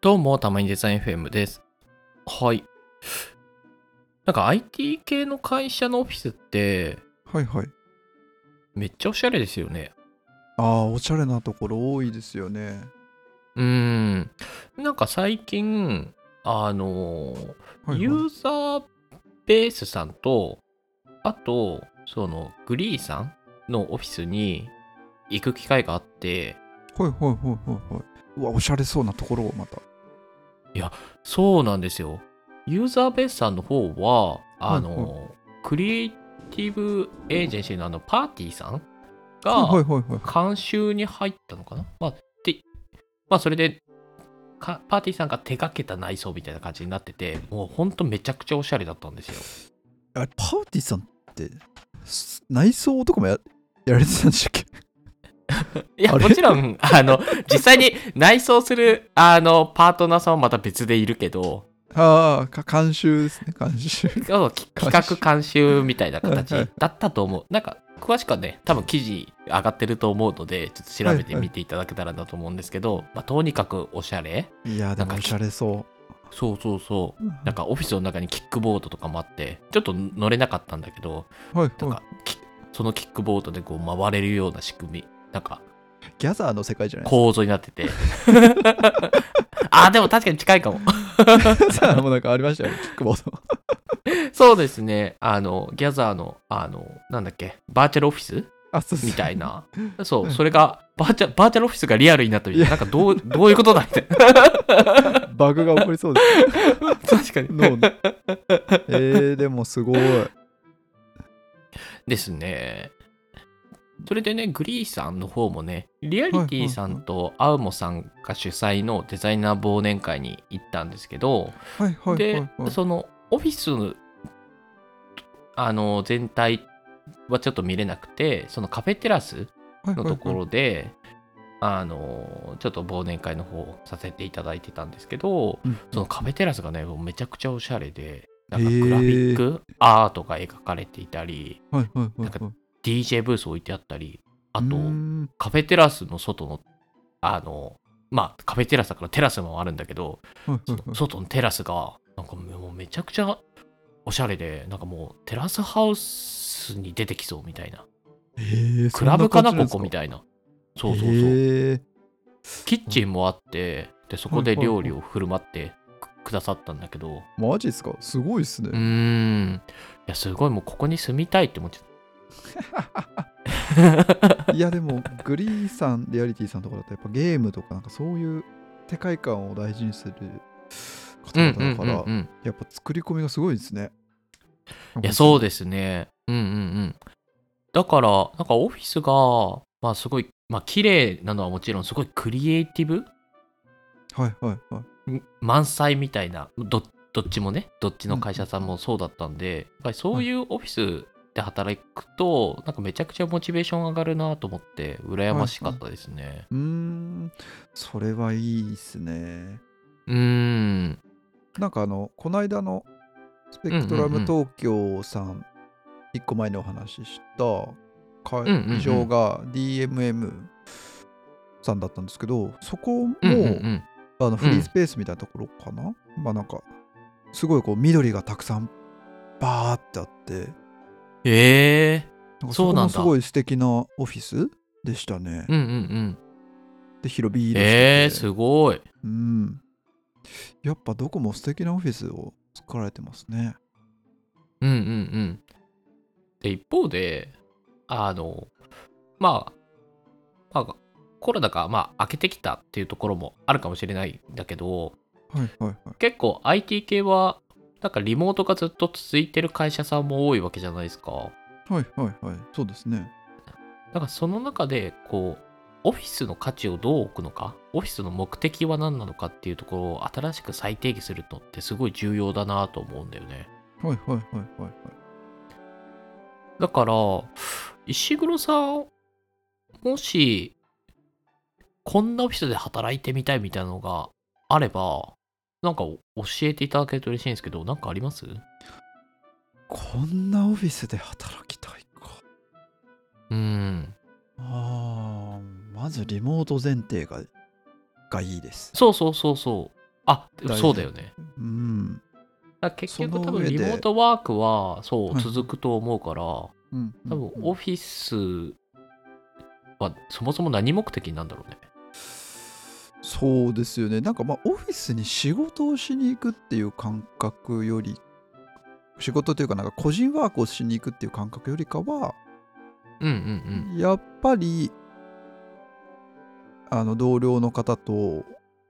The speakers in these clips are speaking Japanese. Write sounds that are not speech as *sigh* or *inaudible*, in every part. どうも、たまにデザイン FM です。はい。なんか IT 系の会社のオフィスって、はいはい。めっちゃおしゃれですよね。ああ、おしゃれなところ多いですよね。うーん。なんか最近、あのー、はいユはい、ーザーベースさんと、あと、その、グリーさんのオフィスに行く機会があって、はいはいはいはいはい。うわ、おしゃれそうなところをまた。そうなんですよ。ユーザーベースさんの方は、あの、はクリエイティブエージェンシーのあのパーティーさんはいはいがはいはい。監修に入ったのかな、まあ、で、まあ、それでかパーティーさんが手掛けた内装みたいな感じになってて、もうほんとめちゃくちゃおしゃれだったんですよ。あれ、パーティーさんって、す内装とかもややられてたんでしたっけいや、あれもちろん、あの、実際に内装する、あの、パートナーさんはまた別でいるけど、 *laughs* ああ、か監修ですね、監修。そうき企画監修みたいな形はいはいだったと思う。なんか、詳しくはね、多分記事上がってると思うので、ちょっと調べてみていただけたらなと思うんですけど、まあ、とにかくおしゃれ *laughs* いや、でもおしゃれそ。そうそうそうう。なんかオフィスの中にキックボードとかもあって、ちょっと乗れなかったんだけど、はいなんはか、きそのキックボードでこう回れるような仕組み、なんかい。ギャザーの世界じゃないですか。構造になって *laughs* て。あー、でも確かに近いかも。ギャザーもなんかありましたよね、キックボード。そうですね。あの、ギャザーの、あの、なんだっけ、バーチャルオフィス *laughs* あ、そうそうみたいな。そうう、んそれが、バーチャ、バーチャルオフィスがリアルになったみたいな。なんか、どう、どういうことだみたいな。バグが起こりそうで確す。 *laughs* かに。脳のえー、でもすごい。ですね。それでね、グリーさんの方もね、リアリティさんとアウモさんが主催のデザイナー忘年会に行ったんですけど、はいはいはい、ではい、。そのオフィスのあの全体はちょっと見れなくて、そのカフェテラスのところで、あのちょっと忘年会の方をさせていただいてたんですけど、うんそのカフェテラスがね、もうめちゃくちゃおしゃれで、なんかへーグラフィック、アートが描かれていたり、はいはいはなんいはいか。DJ ブース置いてあったり、あとうー、んカフェテラスの外の、あの、まあ、カフェテラスだからテラスもあるんだけど、はいそはいのはい外のテラスが、なんかもうめちゃくちゃおしゃれで、なんかもうテラスハウスに出てきそうみたいな。えークラブかな、そん感こじこみんですかたいな。そうそうそう。えーキッチンもあって、で、そこではいはいは料い理を振る舞ってくくださったんだけど、マジですかすごいっすね。うーん、いや、すごいもうここに住みたいって思っちゃった。いやでもグリーさんリアリティさんとかだとやっぱゲームとかなんかそういう世界観を大事にする方うんうん々だから、うんうん。やっぱ作り込みがすごいですね。いや、そうでですね。うんうんうん。だから、なんかオフィスが、まあすごい、まあ綺麗なのはもちろん、すごいクリエイティブす。はいはいはい。満載みたいなどどっちもねどっちの会社さんもそうだったんで、やっぱりそういうオフィスで働くと、なんかめちゃくちゃモチベーション上がるなと思って羨ましかったですね、うーん、それはいいっすね。うーんなんかあの、この間のスペクトラムうんうん東京さん、一個前にお話しした会うんうんうん場が DMM さんだったんですけど、そこも、うんうんうんあのフリースペースみたいなところかな、まあなんかすごいこう緑がたくさんバーってあってえなんそかそうこなんもだすごい素敵なオフィスでしたねー、うんうんうんで広々しててえー、すごいうんやっぱどこも素敵なオフィスを作られてますねうんうんうんで一方であのまあまあコロナがまあ明けてきたっていうところもあるかもしれないんだけど、はいはいはい結構 IT 系はなんかリモートがずっと続いてる会社さんも多いわけじゃないですか。はいはいはいそうですねだからその中でこうオフィスの価値をどう置くのかオフィスの目的は何なのかっていうところを新しく再定義するのってすごい重要だなと思うんだよね。はいはいはいはいはいだから石黒さんもしこんなオフィスで働いてみたいみたいなのがあればなんか教えていただけると嬉しいんですけどなんかありますこんなオフィスで働きたいかうんあーまずリモート前提ががいいですそうそうそうそう。あ大事そうだよねうんだから結局その多分上リでモートワークはそはうい続くと思うから、うん多分オフィスはそもそも何目的なんだろうねそうですよねなんかまあオフィスに仕事をしに行くっていう感覚より仕事というかなんか個人ワークをしに行くっていう感覚よりかは、うんうんやっぱりあの同僚の方と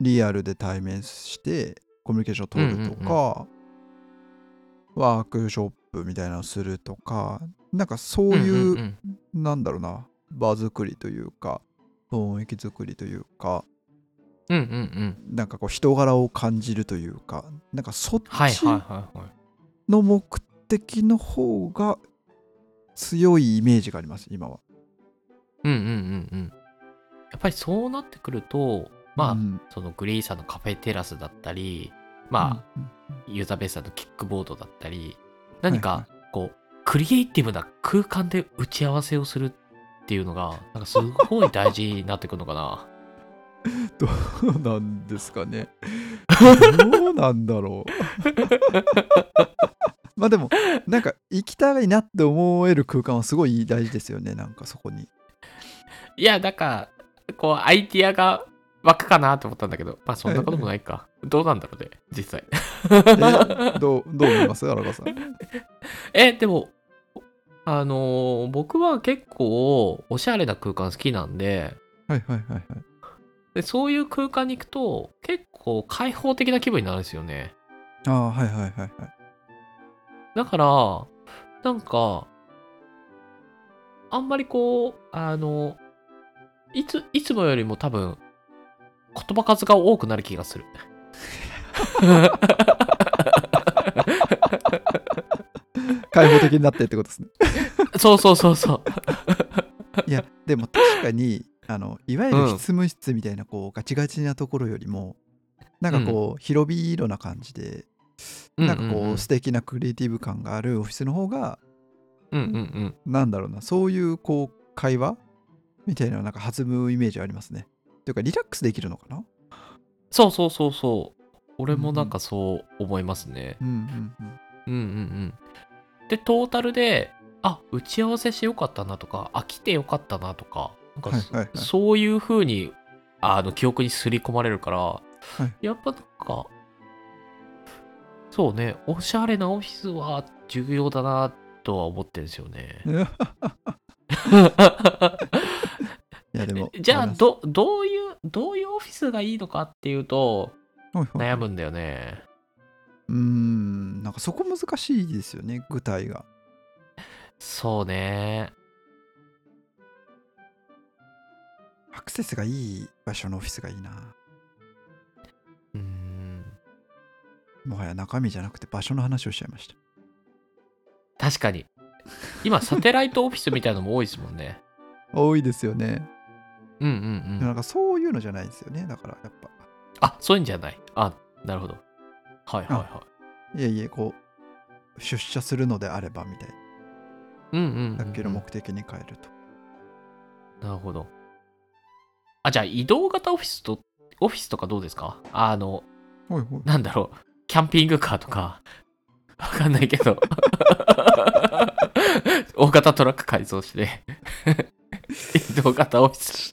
リアルで対面してコミュニケーションを取るとか、ワークショップみたいなのをするとかなんかそううんいう,、んんんなんだろうな場作りというか雰囲気作りというかうんうんうんなんかこう人柄を感じるというかなんかそっはいちはいはいはいの目的の方が強いイメージがあります今は。うんうんうんうんやっぱりそうなってくるとまあ、そのグリーンさんのカフェテラスだったりまあ、あ、ユーザーベースさんのキックボードだったり何はいはかこうクリエイティブな空間で打ち合わせをするっていうのがなんかすごい大事になってくるのかなどうなんですかね。どうなんだろう。 *laughs* まあでもなんか行きたいなって思える空間はすごい大事ですよねなんかそこ *laughs* に。いやなんかこうアイディアが湧くかなと思ったんだけどまあそんなこともない *laughs* かどうなんだろうね実際 *laughs* えどうどう思います荒川さん。えでもあのー僕は結構おしゃれな空間好きなんではいはいはいはい。でそういう空間に行くと結構開放的な気分になるんですよねああはいはいはいはい。だからなんかあんまりこうあのいついつもよりも多分言葉数が多くなる気が *laughs* する開放的になってってことですね。そうそうそう *laughs* そういやでも確かにあのいわゆる執務室みたいなこうガチガチなところよりもなんかこう、広々な感じでなんかこう、うんうんうん素敵なクリエイティブ感があるオフィスの方がうんうんうんなんだろうなそういうこう会話みたいなのなんか弾むイメージありますね。というかリラックスできるのかなそうそうそうそう俺もなんかそう思いますねうんうんうん。うんうんうんでトータルであ打ち合わせしよかったなとかあ来てよかったなとかなんかそ,、はいはいはい。そういう風にあの記憶に刷り込まれるから、やっぱなんかそうねおしゃれなオフィスは重要だなとは思ってるんですよね *laughs* いやでもじゃありますどどういうどういうオフィスがいいのかっていうとはいはい悩むんだよね。うーんなんかそこ難しいですよね具体が。そうねアクセスがいい場所のオフィスがいいな。うーんもはや中身じゃなくて場所の話をしちゃいました。確かに今サテライトオフィスみたいのも多いですもんね。多いですよね。 *laughs* うんうんうなんん。かそういうのじゃないんですよね。だからやっぱ。あそういうんじゃない。あなるほど。はいはいはい。いえいえ、こう、出社するのであればみたいうんうんうんうんな。だけの目的に変えると。なるほど。あ、じゃあ移動型オフィスと、オフィスとかどうですかあの、ほいほい。なんだろう、キャンピングカーとか、わかんないけど、 *laughs* 大型トラック改造して、 *laughs* 移動型オフィス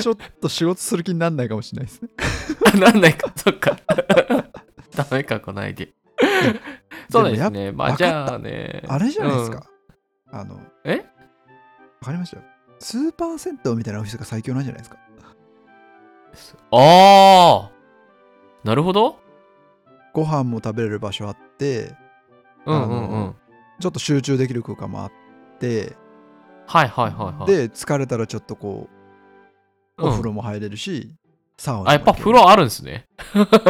ちょっと仕事する気になんないかもしれないですね。あなんないか、そっか。 *laughs* ダメか、こないで。そうですでもね。やまあ、わじかった *laughs* ゃあね。あれじゃないですか。あの、わうん。えかりましたよ。スーパー銭湯みたいなオフィスが最強なんじゃないですか。ああなるほどご飯も食べれる場所あって、うんうあんうんの。ちょっと集中できる空間もあって、はいはいはいはい。で、疲れたらちょっとこうう、んお風呂も入れるし、サウナもあ、やっぱ行ける風呂あるんですね。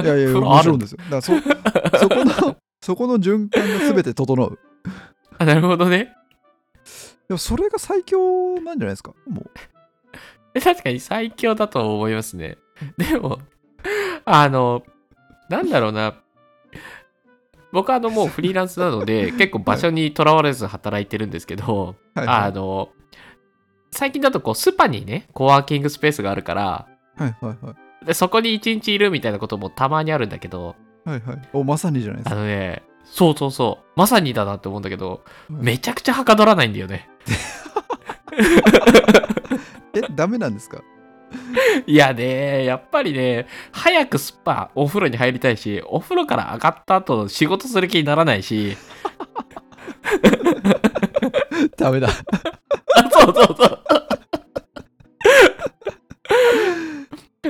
いやいや、 *laughs* 風呂もあちるろんですよ。だから *laughs* そそこの、そこの循環が全て整う。いあなるほどね。や、それが最強なんじゃないですか。もう。え確かに最強だと思いますね。でも、あの、なんだろうな。僕はあのもうフリーランスなので、結構場所にとらわれず働いてるんですけど、はいあはの、最近だとこうスパにね、コワーキングスペースがあるから、いはいはいはい。でそこに一日いるみたいなこともたまにあるんだけどはいはいおまさにじゃないであすかのねそうそうそうまさにだなって思うんだけどうんめちゃくちゃはかどらないんだよね *laughs* えダメなんですかいやねやっぱりね早くスパお風呂に入りたいしお風呂から上がった後仕事する気にならないし *laughs* ダメだあそうそうそう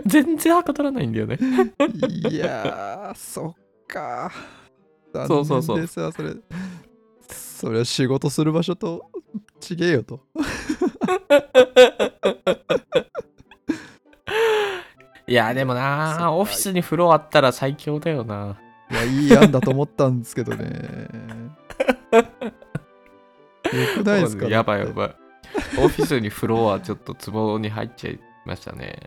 全然はかどらないんだよねいやー、そっか。そうそうそう残念ですわそれ。それは仕事する場所と違えよと。いやでもなそっあかオフィスに風呂あったら最強だよないや、いい案だと思ったんですけどね。よくないですかやばいやだってばいオフィスに風呂はちょっとツボに入っちゃいましたね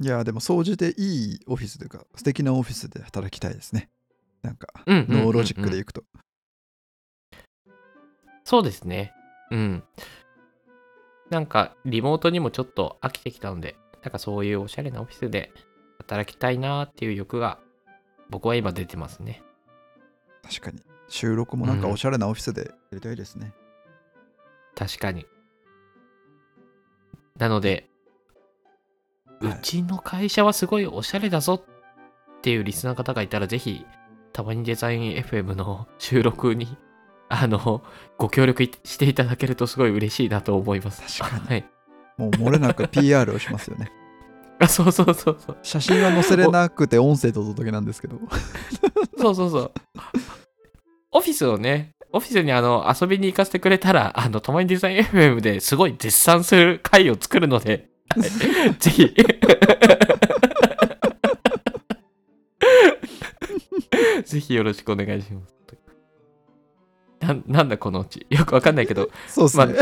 いや、でも総じていいオフィスというか、素敵なオフィスで働きたいですね。なんか、うんうんうんうんノーロジックでいくと。そうですねうんなんかリモートにもちょっと飽きてきたのでなんかそういうおしゃれなオフィスで働きたいなっていう欲が僕は今出てますね確かに。収録もなんかうんおしゃれなオフィスでやりたいですね。確かになので、はいうちの会社はすごいおしゃれだぞっていうリスナーの方がいたらぜひたまにデザイン FM の収録に *laughs* あのご協力いしていただけるとすごい嬉しいなと思います確かにはい、もう漏れなく PR をしますよね。あそうそうそうそう写真は載せれなくて音声とお届けなんですけど。そうそうそう。オフィスをね、オフィスにあの遊びに行かせてくれたら、あの、ともにデザイン FM ですごい絶賛する回を作るので、はいぜひ。 *laughs* ぜひよろしくお願いします。なんなんだこのうち。よくわかんないけど、そうですね。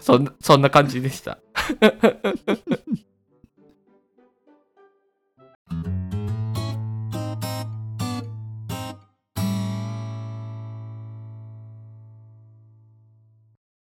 そんそんな感じでした。